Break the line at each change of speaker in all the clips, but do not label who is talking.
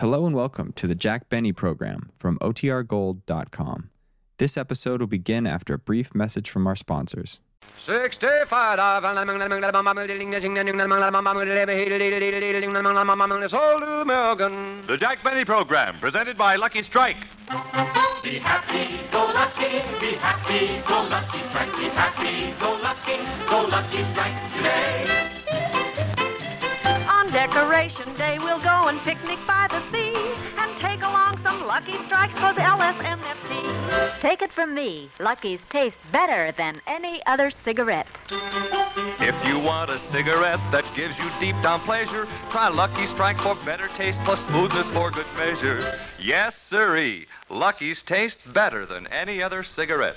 Hello and welcome to the Jack Benny program from OTRGold.com. This episode will begin after a brief message from our sponsors.
65 Sold to American.
The Jack Benny Program, presented by Lucky Strike.
Be happy, go lucky, be happy, go lucky strike, be happy, go lucky, go lucky strike today.
On Decoration Day, we'll go and picnic by the sea and take along some Lucky Strikes cause LSNFT.
Take it from me, Lucky's taste better than any other cigarette.
If you want a cigarette that gives you deep down pleasure, try Lucky Strike for better taste plus smoothness for good measure. Yes, sirree. Lucky's taste better than any other cigarette.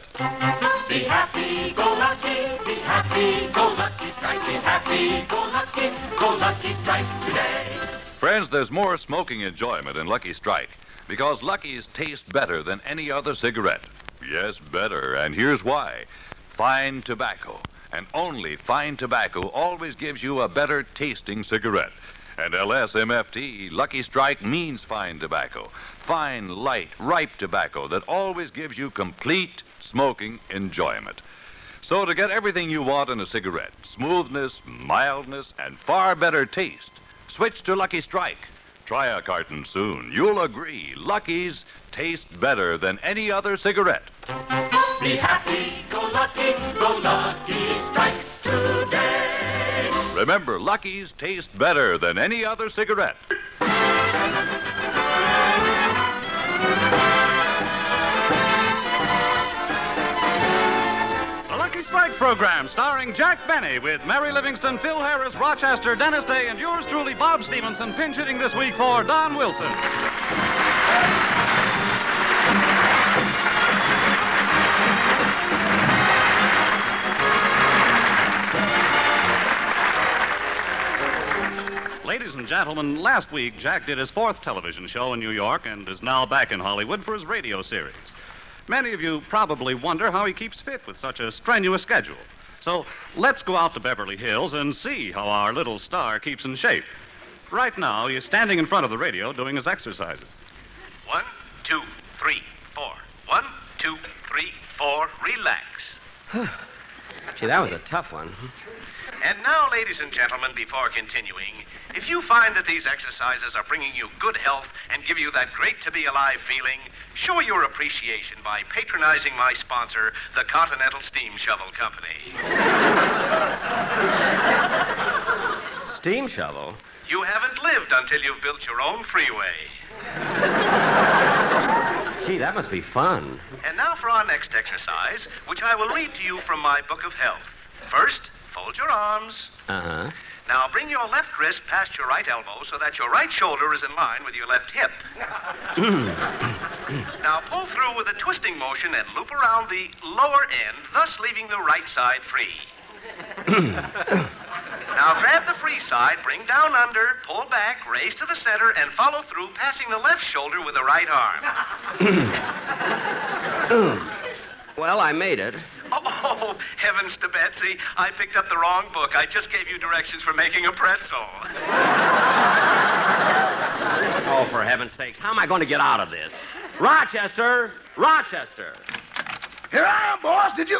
Be happy, go lucky, be happy, go lucky strike, be happy, go lucky, go lucky strike today.
Friends, there's more smoking enjoyment in Lucky Strike because Lucky's taste better than any other cigarette. Yes, better. And here's why fine tobacco. And only fine tobacco always gives you a better tasting cigarette. And LSMFT, Lucky Strike means fine tobacco. Fine, light, ripe tobacco that always gives you complete smoking enjoyment. So, to get everything you want in a cigarette smoothness, mildness, and far better taste, switch to Lucky Strike. Try a carton soon. You'll agree. Lucky's taste better than any other cigarette.
Be happy, go lucky, go lucky strike today.
Remember, Lucky's taste better than any other cigarette.
The Lucky Strike program, starring Jack Benny, with Mary Livingston, Phil Harris, Rochester, Dennis Day, and yours truly, Bob Stevenson, pinch hitting this week for Don Wilson. Ladies and gentlemen, last week Jack did his fourth television show in New York and is now back in Hollywood for his radio series. Many of you probably wonder how he keeps fit with such a strenuous schedule. So let's go out to Beverly Hills and see how our little star keeps in shape. Right now, he is standing in front of the radio doing his exercises.
One, two, three, four. One, two, three, four. Relax.
Gee, that was a tough one.
And now, ladies and gentlemen, before continuing, if you find that these exercises are bringing you good health and give you that great to be alive feeling, show your appreciation by patronizing my sponsor, the Continental Steam Shovel Company.
Steam shovel?
You haven't lived until you've built your own freeway.
Gee, that must be fun.
And now for our next exercise, which I will read to you from my book of health. First, fold your arms.
Uh huh.
Now bring your left wrist past your right elbow so that your right shoulder is in line with your left hip.
Hmm.
now pull through with a twisting motion and loop around the lower end, thus leaving the right side free. now grab the free side, bring down under, pull back, raise to the center, and follow through, passing the left shoulder with the right arm.
Well, I made it.
Oh, heavens to Betsy, I picked up the wrong book. I just gave you directions for making a pretzel.
Oh, for heaven's sakes, how am I going to get out of this? Rochester! Rochester!
Here I am, boss. Did you.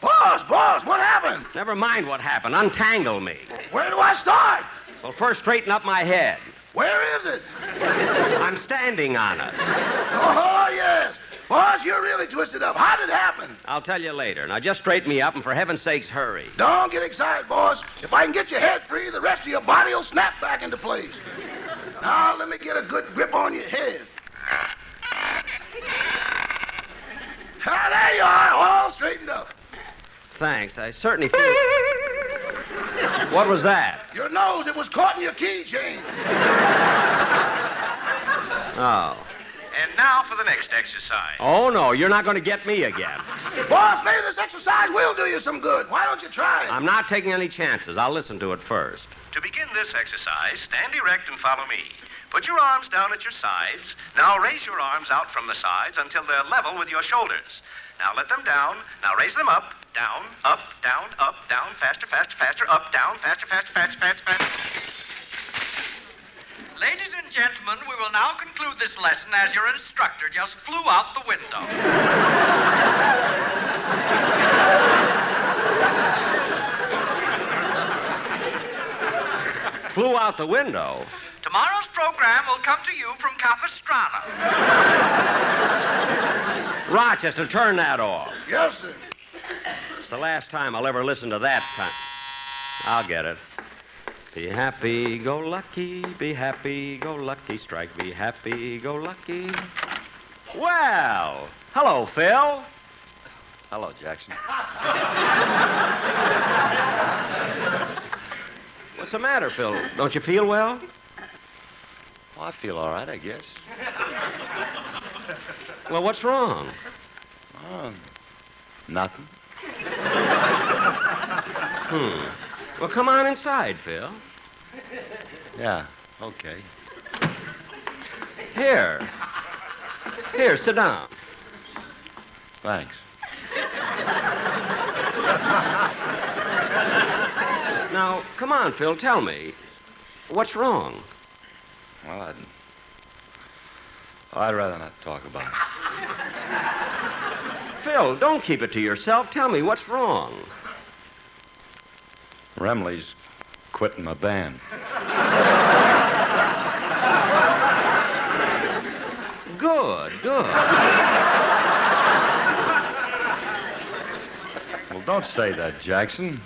Boss, boss, what happened?
Never mind what happened. Untangle me.
Where do I start?
Well, first straighten up my head.
Where is it?
I'm standing on it.
Oh, yes. Boss, you're really twisted up. How did it happen?
I'll tell you later. Now just straighten me up and for heaven's sakes, hurry.
Don't get excited, boss. If I can get your head free, the rest of your body will snap back into place. Now, let me get a good grip on your head. Ah, there you are, all straightened up.
Thanks. I certainly feel. What was that?
Your nose, it was caught in your keychain.
Oh.
And now for the next exercise.
Oh, no, you're not going to get me again.
Boss, maybe this exercise will do you some good. Why don't you try it?
I'm not taking any chances. I'll listen to it first.
To begin this exercise, stand erect and follow me. Put your arms down at your sides. Now raise your arms out from the sides until they're level with your shoulders. Now let them down. Now raise them up, down, up, down, up, down, faster, faster, faster, up, down, faster, faster, faster, faster, faster. Ladies and
gentlemen, we will now conclude this lesson as your instructor just flew out the window.
Flew out the window.
Tomorrow's program will come to you from Capistrano.
Rochester, turn that off.
Yes, sir.
It's the last time I'll ever listen to that kind. I'll get it. Be happy, go lucky. Be happy, go lucky. Strike, be happy, go lucky. Well, hello, Phil. Hello, Jackson. What's the matter, Phil? Don't you feel well? Well, I feel all right, I guess. Well, what's wrong? Oh,
Nothing.
Hmm. Well, come on inside, Phil.
Yeah. Okay.
Here. Here, sit down.
Thanks.
Now, come on, Phil, tell me. What's wrong?
Well, I'd. I'd rather not talk about it.
Phil, don't keep it to yourself. Tell me what's wrong.
Remley's quitting my band.
Good, good.
Well, don't say that, Jackson.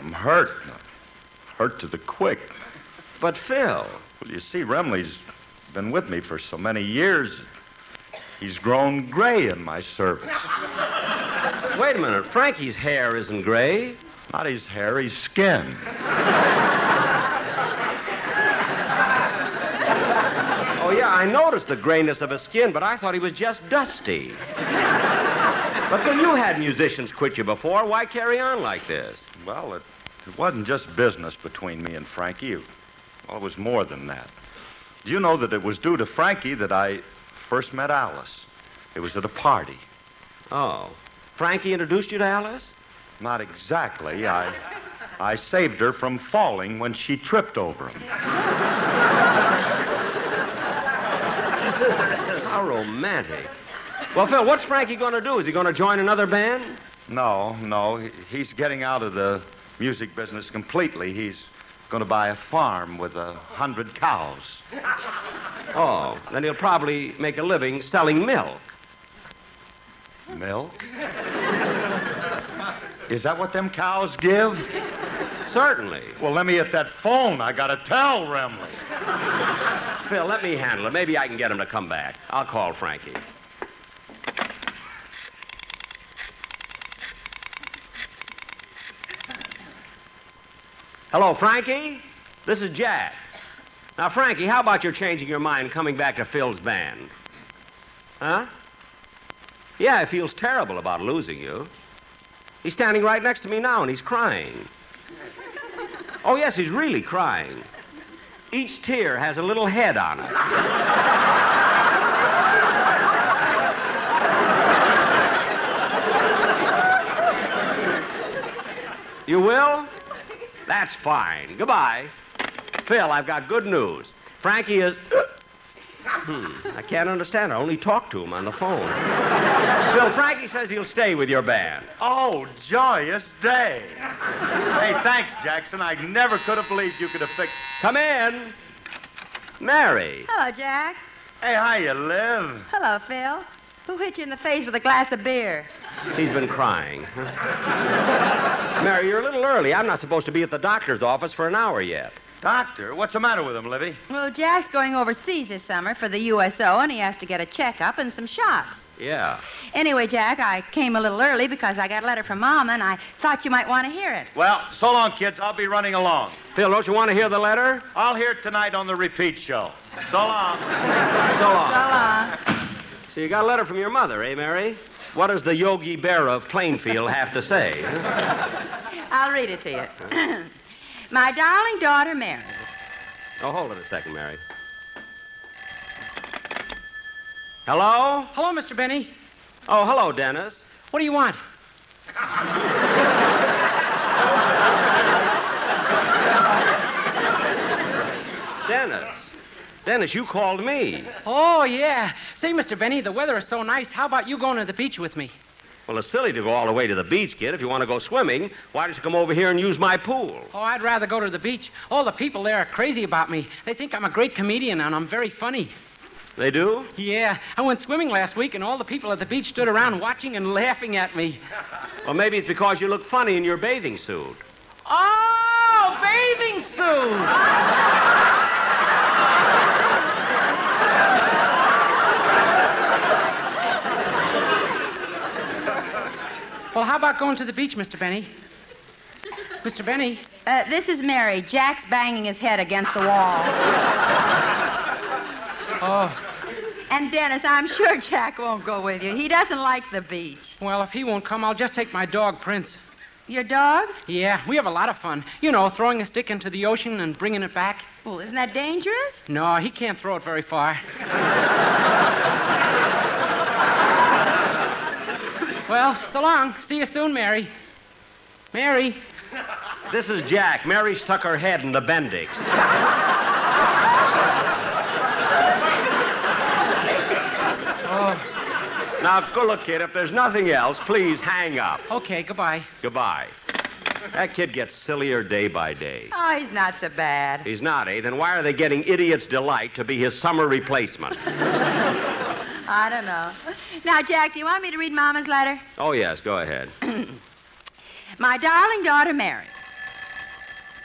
I'm hurt. Hurt to the quick.
But, Phil,
Well, you see, Remley's been with me for so many years. He's grown gray in my service.
wait a minute. Frankie's hair isn't gray.
Not his hair, his skin.
Oh, yeah, I noticed the grayness of his skin, but I thought he was just dusty. But Phil, you had musicians quit you before. Why carry on like this?
Well, it, it wasn't just business between me and Frankie. It- Well, it was more than that. Do you know that it was due to Frankie that I first met Alice? It was at a party.
Oh. Frankie introduced you to Alice?
Not exactly. I, I saved her from falling when she tripped over him.
How romantic. Well, Phil, what's Frankie going to do? Is he going to join another band?
No, no. he- He's getting out of the music business completely. He's going to buy a farm with a hundred cows.
Oh, then he'll probably make a living selling milk.
Milk? Is that what them cows give?
Certainly.
Well, let me get that phone. I got to tell Remley.
Phil, let me handle it. Maybe I can get him to come back. I'll call Frankie. Hello, Frankie? This is Jack. Now, Frankie, how about your changing your mind and coming back to Phil's band? Huh? Yeah, he feels terrible about losing you. He's standing right next to me now and he's crying. Oh, yes, he's really crying. Each tear has a little head on it. you will? That's fine. Goodbye. Phil, I've got good news. Frankie is. Hmm, I can't understand. I only talked to him on the phone. Phil, Frankie says he'll stay with your band.
Oh, joyous day. hey, thanks, Jackson. I never could have believed you could have fixed.
Come in. Mary.
Hello, Jack.
Hey, how you live?
Hello, Phil. Who hit you in the face with a glass of beer?
He's been crying. Mary, you're a little early. I'm not supposed to be at the doctor's office for an hour yet.
Doctor, what's the matter with him, Livy?
Well, Jack's going overseas this summer for the USO, and he has to get a checkup and some shots.
Yeah.
Anyway, Jack, I came a little early because I got a letter from Mama, and I thought you might want to hear it.
Well, so long, kids. I'll be running along.
Phil, don't you want to hear the letter?
I'll hear it tonight on the repeat show. So long.
So
So
long.
long.
So you got a letter from your mother, eh, Mary? What does the Yogi Berra of Plainfield have to say?
I'll read it to you. My darling daughter, Mary.
Oh, hold it a second, Mary. Hello?
Hello, Mr. Benny.
Oh, hello, Dennis.
What do you want?
Dennis. Dennis, you called me.
Oh, yeah. Say, Mr. Benny, the weather is so nice. How about you going to the beach with me?
Well, it's silly to go all the way to the beach, kid. If you want to go swimming, why don't you come over here and use my pool?
Oh, I'd rather go to the beach. All the people there are crazy about me. They think I'm a great comedian and I'm very funny.
They do?
Yeah, I went swimming last week and all the people at the beach stood around watching and laughing at me.
Well, maybe it's because you look funny in your bathing suit.
Oh, bathing suit! Well, how about going to the beach, Mr. Benny? Mr. Benny?
Uh, this is Mary. Jack's banging his head against the wall.
Oh,
and Dennis, I'm sure Jack won't go with you. He doesn't like the beach.
well, if he won't come, I'll just take my dog, Prince.
Your dog?
Yeah, we have a lot of fun. You know, throwing a stick into the ocean and bringing it back.
Well, isn't that dangerous?
No, he can't throw it very far. well, so long. See you soon, Mary. Mary.
This is Jack. Mary stuck her head in the Bendix.
Oh,
Now, go look, kid. If there's nothing else, please hang up.
okay, goodbye.
Goodbye. That kid gets sillier day by day.
Oh, he's not so bad.
He's not, eh? Then why are they getting Idiot's Delight to be his summer replacement?
I don't know. Now, Jack, do you want me to read Mama's letter?
Oh, yes, go ahead.
My darling daughter, Mary.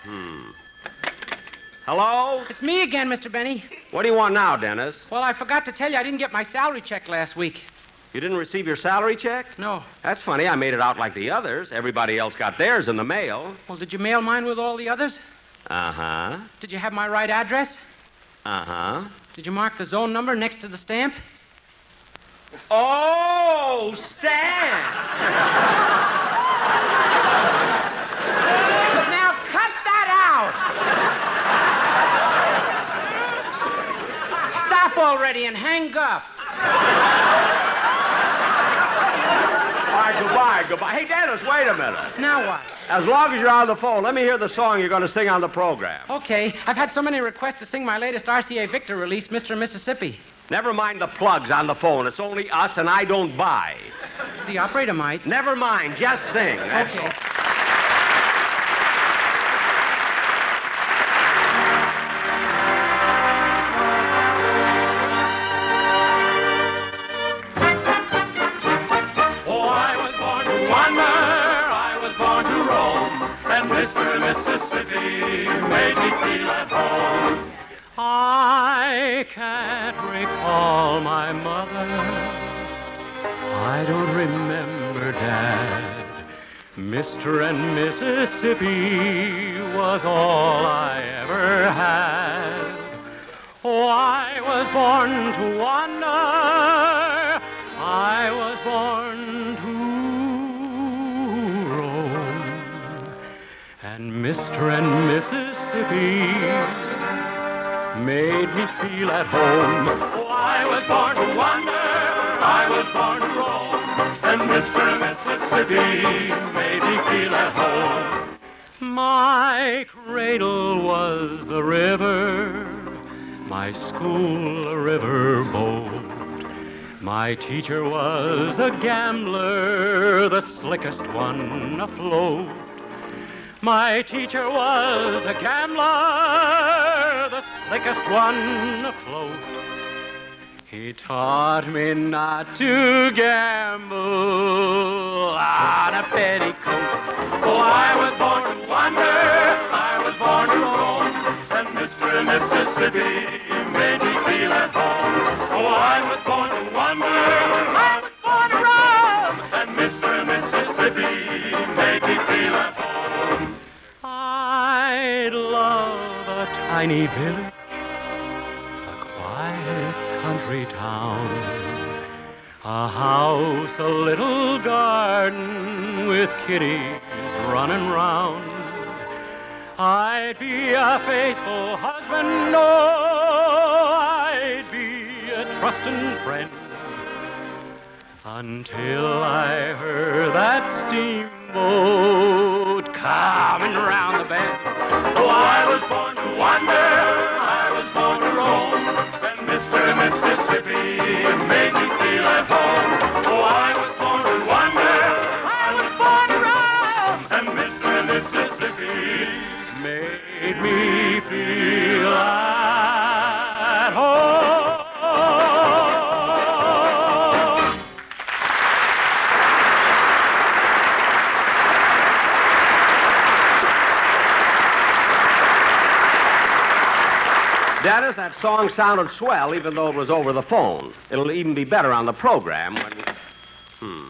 Hmm. Hello?
It's me again, Mr. Benny.
What do you want now, Dennis?
Well, I forgot to tell you I didn't get my salary check last week.
You didn't receive your salary check?
No.
That's funny. I made it out like the others. Everybody else got theirs in the mail.
Well, did you mail mine with all the others?
Uh huh.
Did you have my right address?
Uh huh.
Did you mark the zone number next to the stamp?
Oh, Stan!
now cut that out! Stop already and hang up.
All right, goodbye, goodbye. Hey, Dennis, wait a minute.
Now what?
As long as you're on the phone, let me hear the song you're going to sing on the program.
Okay, I've had so many requests to sing my latest RCA Victor release, Mr. Mississippi.
Never mind the plugs on the phone. It's only us, and I don't buy.
The operator might.
Never mind. Just sing. That's
Okay.
Oh, I was born to wander, I was born to roam, and Mr. Mississippi made me feel at home.
I can't recall my mother.
I don't remember Dad. Mr. and Mississippi was all I ever had. Oh, I was born to wander. I was born to roam. And Mr. and Mississippi made me feel at home.
Oh, I was born to wander, I was born to roam, and Mr. Mississippi made me feel at home.
My cradle was the river, my school a river boat. My teacher was a gambler, the slickest one afloat. My teacher was a gambler, the slickest one afloat. He taught me not to gamble on a petticoat.
Oh, I was born to wander, I was born to roam, and Mr. Mississippi made me feel at home. Oh, I was born to wander, I was born to roam, and Mr. Mississippi made me feel at home.
I'd love a tiny village, a quiet country town, a house, a little garden with kitties running round. I'd be a faithful husband, oh, I'd be a trusting friend. Until I heard that steamboat coming round the bend.
Oh, I was born to wander, I was born to roam, Oh,
Song sounded swell, even though it was over the phone. It'll even be better on the program when we. Hmm.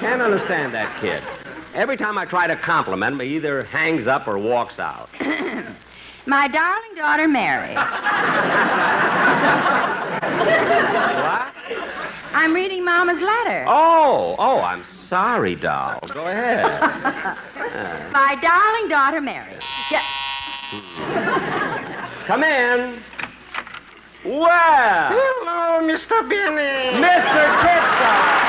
Can't understand that kid. Every time I try to compliment him, he either hangs up or walks out.
My darling daughter, Mary.
What?
I'm reading Mama's letter.
Oh, oh, I'm sorry, doll. Go ahead. Uh,
My darling daughter, Mary. Yeah.
Come in. Well.
Hello, Mr. Benny.
Mr. Kitson.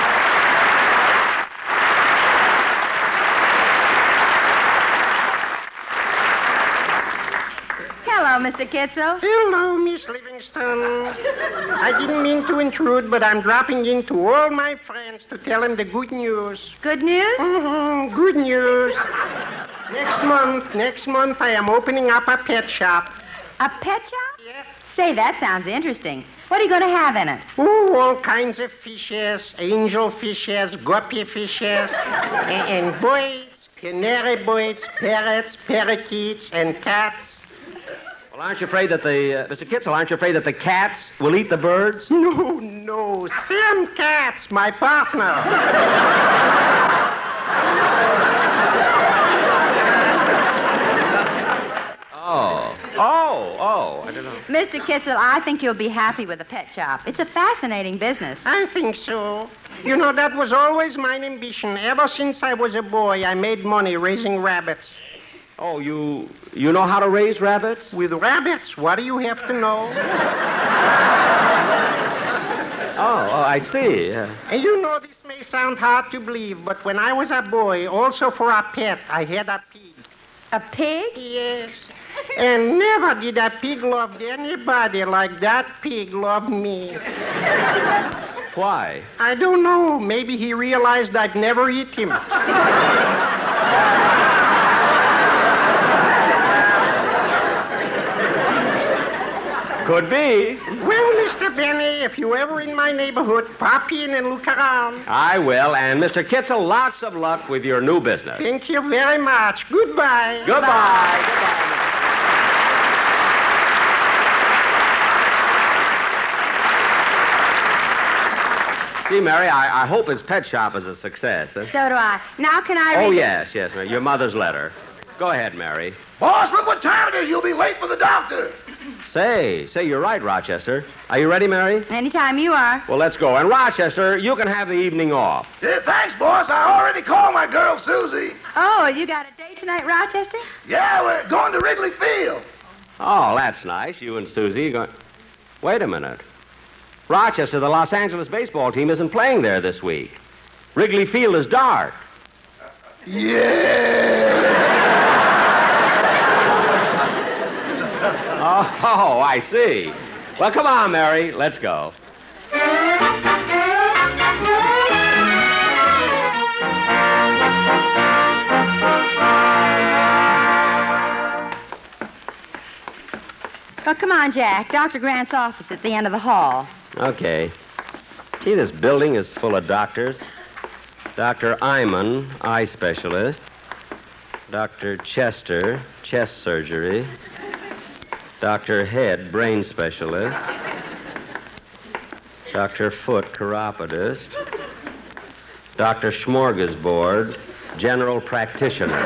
Hello, Mr. Kitzel.
Hello, Miss Livingston. I didn't mean to intrude, but I'm dropping in to all my friends to tell them the good news.
Good news?
hmm good news. next month, next month, I am opening up a pet shop.
A pet shop? Yes. Say, that sounds interesting. What are you going to have in it?
Ooh, all kinds of fishes, angel fishes, guppy fishes, and, and birds, canary birds, parrots, parakeets, and cats.
Well, aren't you afraid that the. Uh, Mr. Kitzel, aren't you afraid that the cats will eat the birds?
No, no, Sam Katz, my partner.
Oh. Oh, oh. I don't know.
Mr. Kitzel, I think you'll be happy with a pet shop. It's a fascinating business.
I think so. You know, that was always my ambition. Ever since I was a boy, I made money raising rabbits.
Oh, you you know how to raise rabbits?
With rabbits, what do you have to know?
Oh, oh I see. Uh,
and you know, this may sound hard to believe, but when I was a boy, also for a pet, I had a pig.
A pig?
Yes. And never did a pig love anybody like that pig loved me.
why?
I don't know. Maybe he realized I'd never eat him.
Could be.
Well, Mr. Benny, if you're ever in my neighborhood, pop in and look around.
I will. And Mr. Kitzel, lots of luck with your new business.
Thank you very much. Goodbye.
Goodbye. See, Mary, I, I hope his pet shop is a success. huh?
So do I. Now can I read?
Oh,
it?
yes, yes, Mary. Your mother's letter. Go ahead, Mary.
Boss, look what time it is. You'll be late for the doctor.
Say, say, you're right, Rochester. Are you ready, Mary?
Anytime you are.
Well, let's go. And Rochester, you can have the evening off.
Yeah, thanks, boss. I already called my girl, Susie.
Oh, you got a date tonight, Rochester?
Yeah, we're going to Wrigley Field.
Oh, that's nice. You and Susie are going. Wait a minute. Rochester, the Los Angeles baseball team isn't playing there this week. Wrigley Field is dark. Yeah. oh, I see. Well, come on, Mary. Let's go.
Oh, come on, Jack. Dr. Grant's office at the end of the hall.
Okay. Gee, this building is full of doctors. Dr. Iman, eye specialist. Dr. Chester, chest surgery. Dr. Head, brain specialist. Dr. Foot, chiropodist. Dr. Smorgasbord, general practitioner.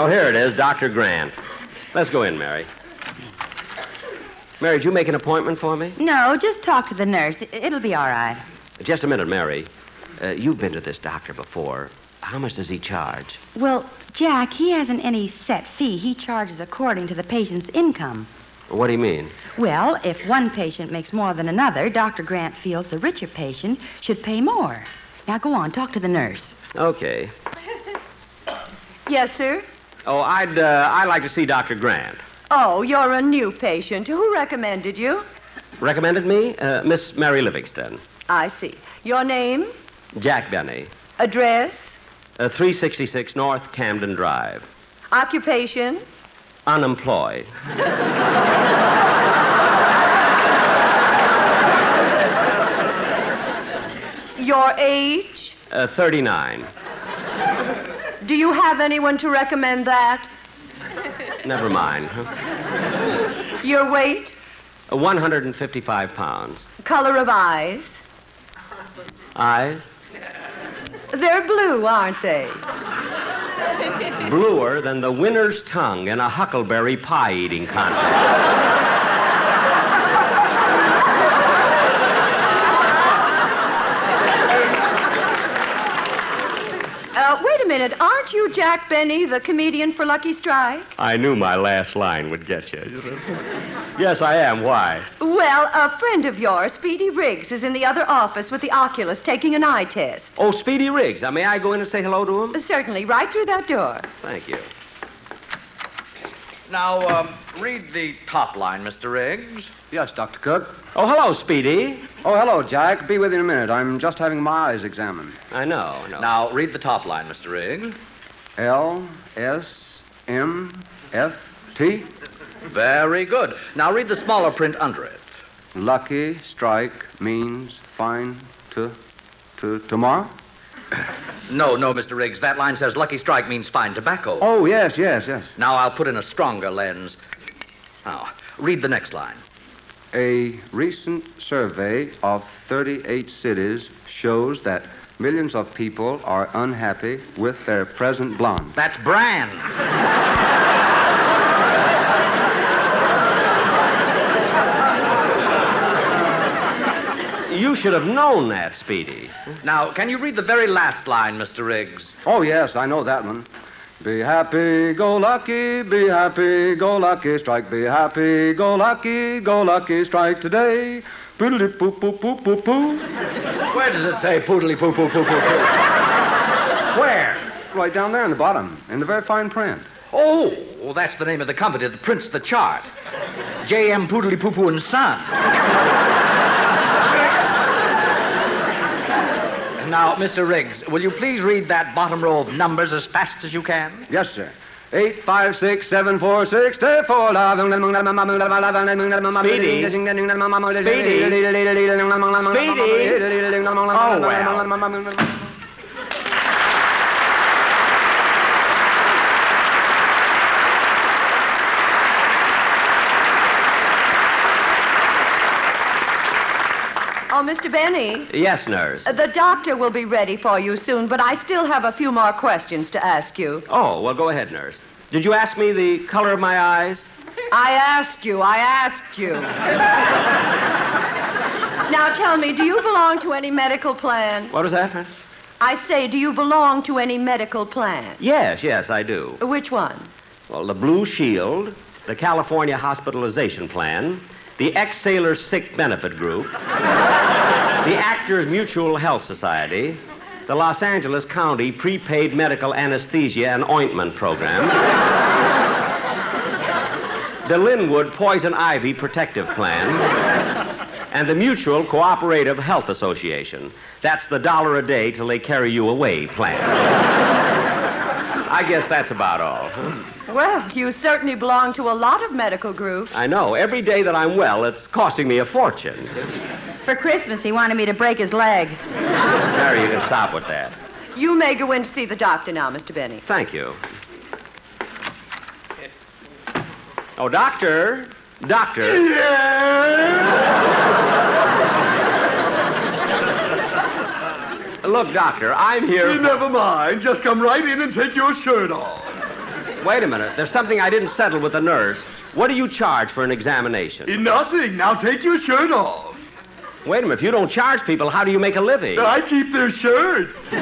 Oh, here it is, Dr. Grant. Let's go in, Mary. Mary, did you make an appointment for me?
No, just talk to the nurse. It- It'll be all right.
Just a minute, Mary. Uh, you've been to this doctor before. How much does he charge?
Well, Jack, he hasn't any set fee. He charges according to the patient's income.
What do you mean?
Well, if one patient makes more than another, Dr. Grant feels the richer patient should pay more. Now go on, talk to the nurse.
Okay.
Yes, sir.
Oh, I'd uh, I'd like to see Dr. Grant.
Oh, you're a new patient. Who recommended you?
Recommended me, uh, Miss Mary Livingston,
I see. Your name?
Jack Benny,
Address?
uh, 366 North Camden Drive,
Occupation?
unemployed.
Your age?
Uh, 39.
Do you have anyone to recommend that?
Never mind. huh? Uh,
Your weight,
155 pounds.
color of eyes.
Eyes?
They're blue, aren't they?
Bluer than the winner's tongue in a huckleberry pie eating contest.
Uh, wait a minute. Aren't you Jack Benny, the comedian for Lucky Strike?
I knew my last line would get you. yes, I am. Why?
Well, a friend of yours, Speedy Riggs, is in the other office with the oculist taking an eye test.
Oh, Speedy Riggs. Uh, May I go in and say hello to him?
Certainly, right through that door.
Thank you.
Now, um, read the top line, Mr. Riggs.
Yes, Dr. Cook.
Oh, hello, Speedy.
Oh, hello, Jack. Be with you in a minute. I'm just having my eyes examined.
I know. No.
Now, read the top line, Mr. Riggs.
L S M F T.
Very good. Now, read the smaller print under it.
Lucky strike means fine to to tomorrow.
No, no, Mr. Riggs. That line says lucky strike means fine tobacco.
Oh yes, yes, yes.
Now, I'll put in a stronger lens. Now, read the next line.
A recent survey of 38 cities shows that millions of people are unhappy with their present blonde.
That's Brand.
You should have known that, Speedy.
Now, can you read the very last line, Mr. Riggs?
Oh, yes, I know that one. Be happy, go lucky, be happy, go lucky, strike, be happy, go lucky, go lucky, strike today. Poodly poo poo poo poo poo.
Where does it say poodly poo poo poo poo poo? Oh, Where?
Right down there in the bottom, in the very fine print.
Oh, well, that's the name of the company that prints the chart. J.M. Poodly Poo Poo and Son. now, Mr. Riggs, will you please read that bottom row of numbers as fast as you can?
Yes, sir. Eight five six seven four six three four. Speedy. Speedy. Oh well.
Oh, Mr. Benny,
Yes, nurse.
uh, the doctor will be ready for you soon, but I still have a few more questions to ask you.
Oh, well, go ahead, nurse. Did you ask me the color of my eyes?
I asked you, I asked you. now tell me, do you belong to any medical plan?
What was that? nurse?
I say, do you belong to any medical plan?
Yes, yes, I do.
Which one?
Well, the Blue Shield, the California Hospitalization Plan, the Ex Sailor Sick Benefit Group, the Actors Mutual Health Society, the Los Angeles County Prepaid Medical Anesthesia and Ointment Program, the Linwood Poison Ivy Protective Plan, and the Mutual Cooperative Health Association. That's the dollar a day till they carry you away plan. I guess that's about all. huh?
Well, you certainly belong to a lot of medical groups.
I know. Every day that I'm well, it's costing me a fortune.
For Christmas, he wanted me to break his leg.
Mary, you can stop with that.
You may go in to see the doctor now, Mr. Benny.
Thank you. Oh, doctor. Doctor. Look, doctor, I'm here.
Never mind. Just come right in and take your shirt off.
Wait a minute. There's something I didn't settle with the nurse. What do you charge for an examination?
Eh, Nothing. Now take your shirt off.
Wait a minute. If you don't charge people, how do you make a living?
I keep their shirts.
Oh.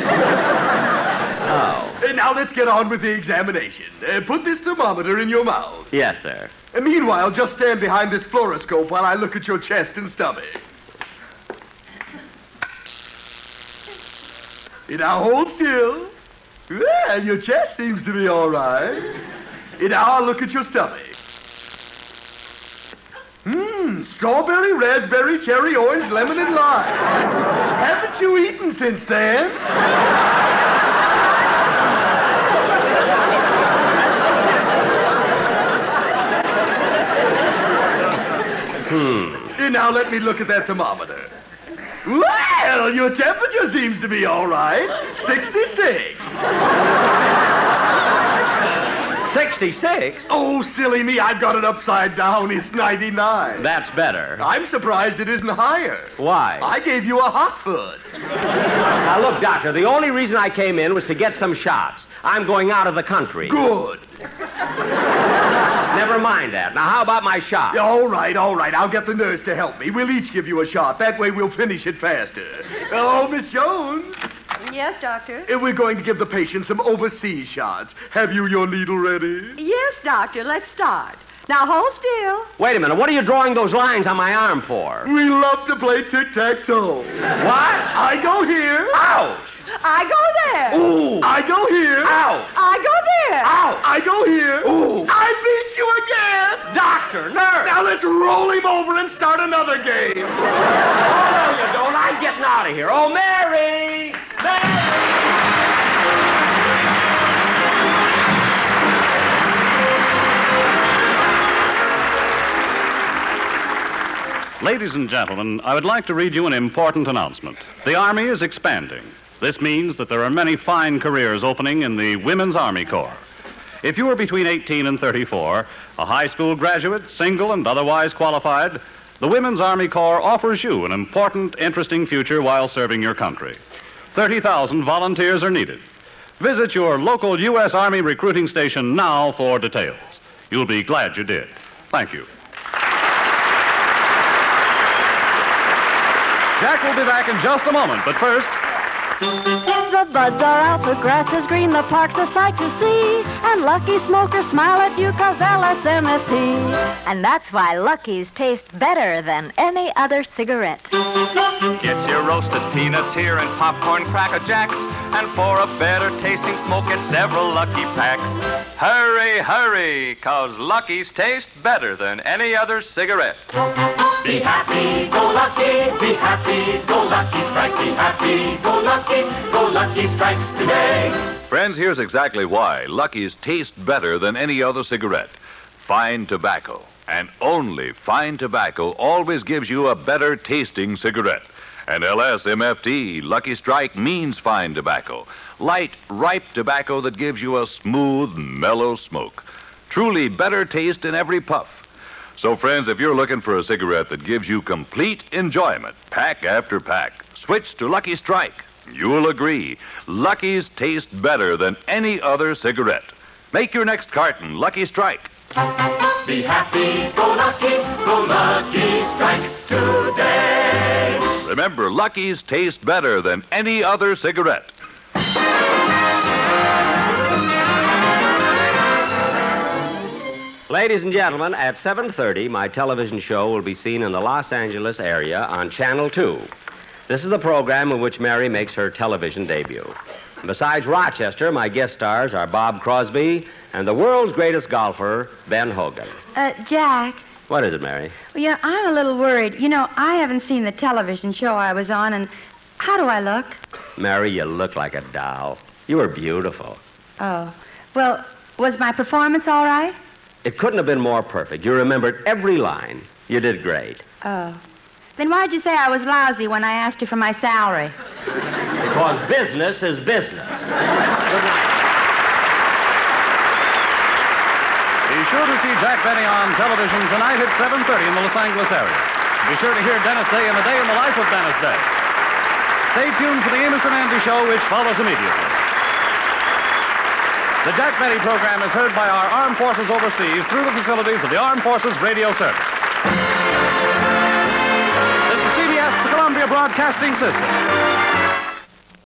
And now let's get on with the examination. Uh, put this thermometer in your mouth.
Yes, sir.
And meanwhile, just stand behind this fluoroscope while I look at your chest and stomach. And now hold still. Well, your chest seems to be all right. And now I'll look at your stomach. Mmm, strawberry, raspberry, cherry, orange, lemon, and lime. Haven't you eaten since then?
Hmm.
And now let me look at that thermometer. Well, your temperature seems to be all right. 66. 66? Oh, silly me. I've got it upside down. It's 99.
That's better.
I'm surprised it isn't higher.
Why?
I gave you a hot foot.
Now, look, Doctor, the only reason I came in was to get some shots. I'm going out of the country.
Good.
Never mind that. Now, how about my shot?
Yeah, all right, all right. I'll get the nurse to help me. We'll each give you a shot. That way we'll finish it faster. Oh, Miss Jones,
Yes, Doctor.
eh, we're going to give the patient some overseas shots. Have you your needle ready?
Yes, Doctor, let's start. Now hold still.
Wait a minute. What are you drawing those lines on my arm for?
We love to play tic-tac-toe. What? I go here.
Ouch.
I go there.
Ooh. I go here. Ow.
I go there.
Ow. I go here. Ooh. I beat you again.
Doctor, nurse. Oh,
Now let's roll him over and start another game.
No, you don't. I'm getting out of here. Oh, Mary!
Ladies and gentlemen, I would like to read you an important announcement. The Army is expanding. This means that there are many fine careers opening in the Women's Army Corps. If you are between 18 and 34, a high school graduate, single, and otherwise qualified, the Women's Army Corps offers you an important, interesting future while serving your country. 30,000 volunteers are needed. Visit your local U.S. Army recruiting station now for details. You'll be glad you did. Thank you. Jack will be back in just a moment, but first.
The buds are out, the grass is green, the park's a sight to see. And lucky smokers smile at you cause LSMFT.
And that's why Lucky's taste better than any other cigarette.
Get your roasted peanuts here and popcorn cracker jacks. And for a better tasting smoke, get several Lucky Packs. Hurry, hurry, cause Lucky's taste better than any other cigarette.
Be happy, go lucky, be happy, go lucky strike, be happy, go lucky, go lucky strike today.
Friends, here's exactly why Lucky's taste better than any other cigarette. Fine tobacco, and only fine tobacco, always gives you a better tasting cigarette. And LSMFT, Lucky Strike, means fine tobacco. Light, ripe tobacco that gives you a smooth, mellow smoke. Truly better taste in every puff. So, friends, if you're looking for a cigarette that gives you complete enjoyment, pack after pack, switch to Lucky Strike. You'll agree. Lucky's taste better than any other cigarette. Make your next carton Lucky Strike.
Be happy, go lucky, go lucky strike today.
Remember, Lucky's taste better than any other cigarette.
Ladies and gentlemen, at 7:30, my television show will be seen in the Los Angeles area on Channel 2. This is the program in which Mary makes her television debut. Besides Rochester, my guest stars are Bob Crosby and the world's greatest golfer, Ben Hogan.
Uh, Jack.
What is it, Mary?
Well, yeah, I'm a little worried. You know, I haven't seen the television show I was on, and how do I look?
Mary, you look like a doll. You were beautiful.
Oh, well, was my performance all right?
It couldn't have been more perfect. You remembered every line. You did great.
Oh. Then why'd you say I was lousy when I asked you for my salary?
Because business is business.
Be sure to see Jack Benny on television tonight at 7.30 in the Los Angeles area. Be sure to hear Dennis Day in the Day in the Life of Dennis Day. Stay tuned for the Amos and Andy Show, which follows immediately. The Jack Benny program is heard by our armed forces overseas through the facilities of the Armed Forces Radio Service. This is CBS, the Columbia Broadcasting System.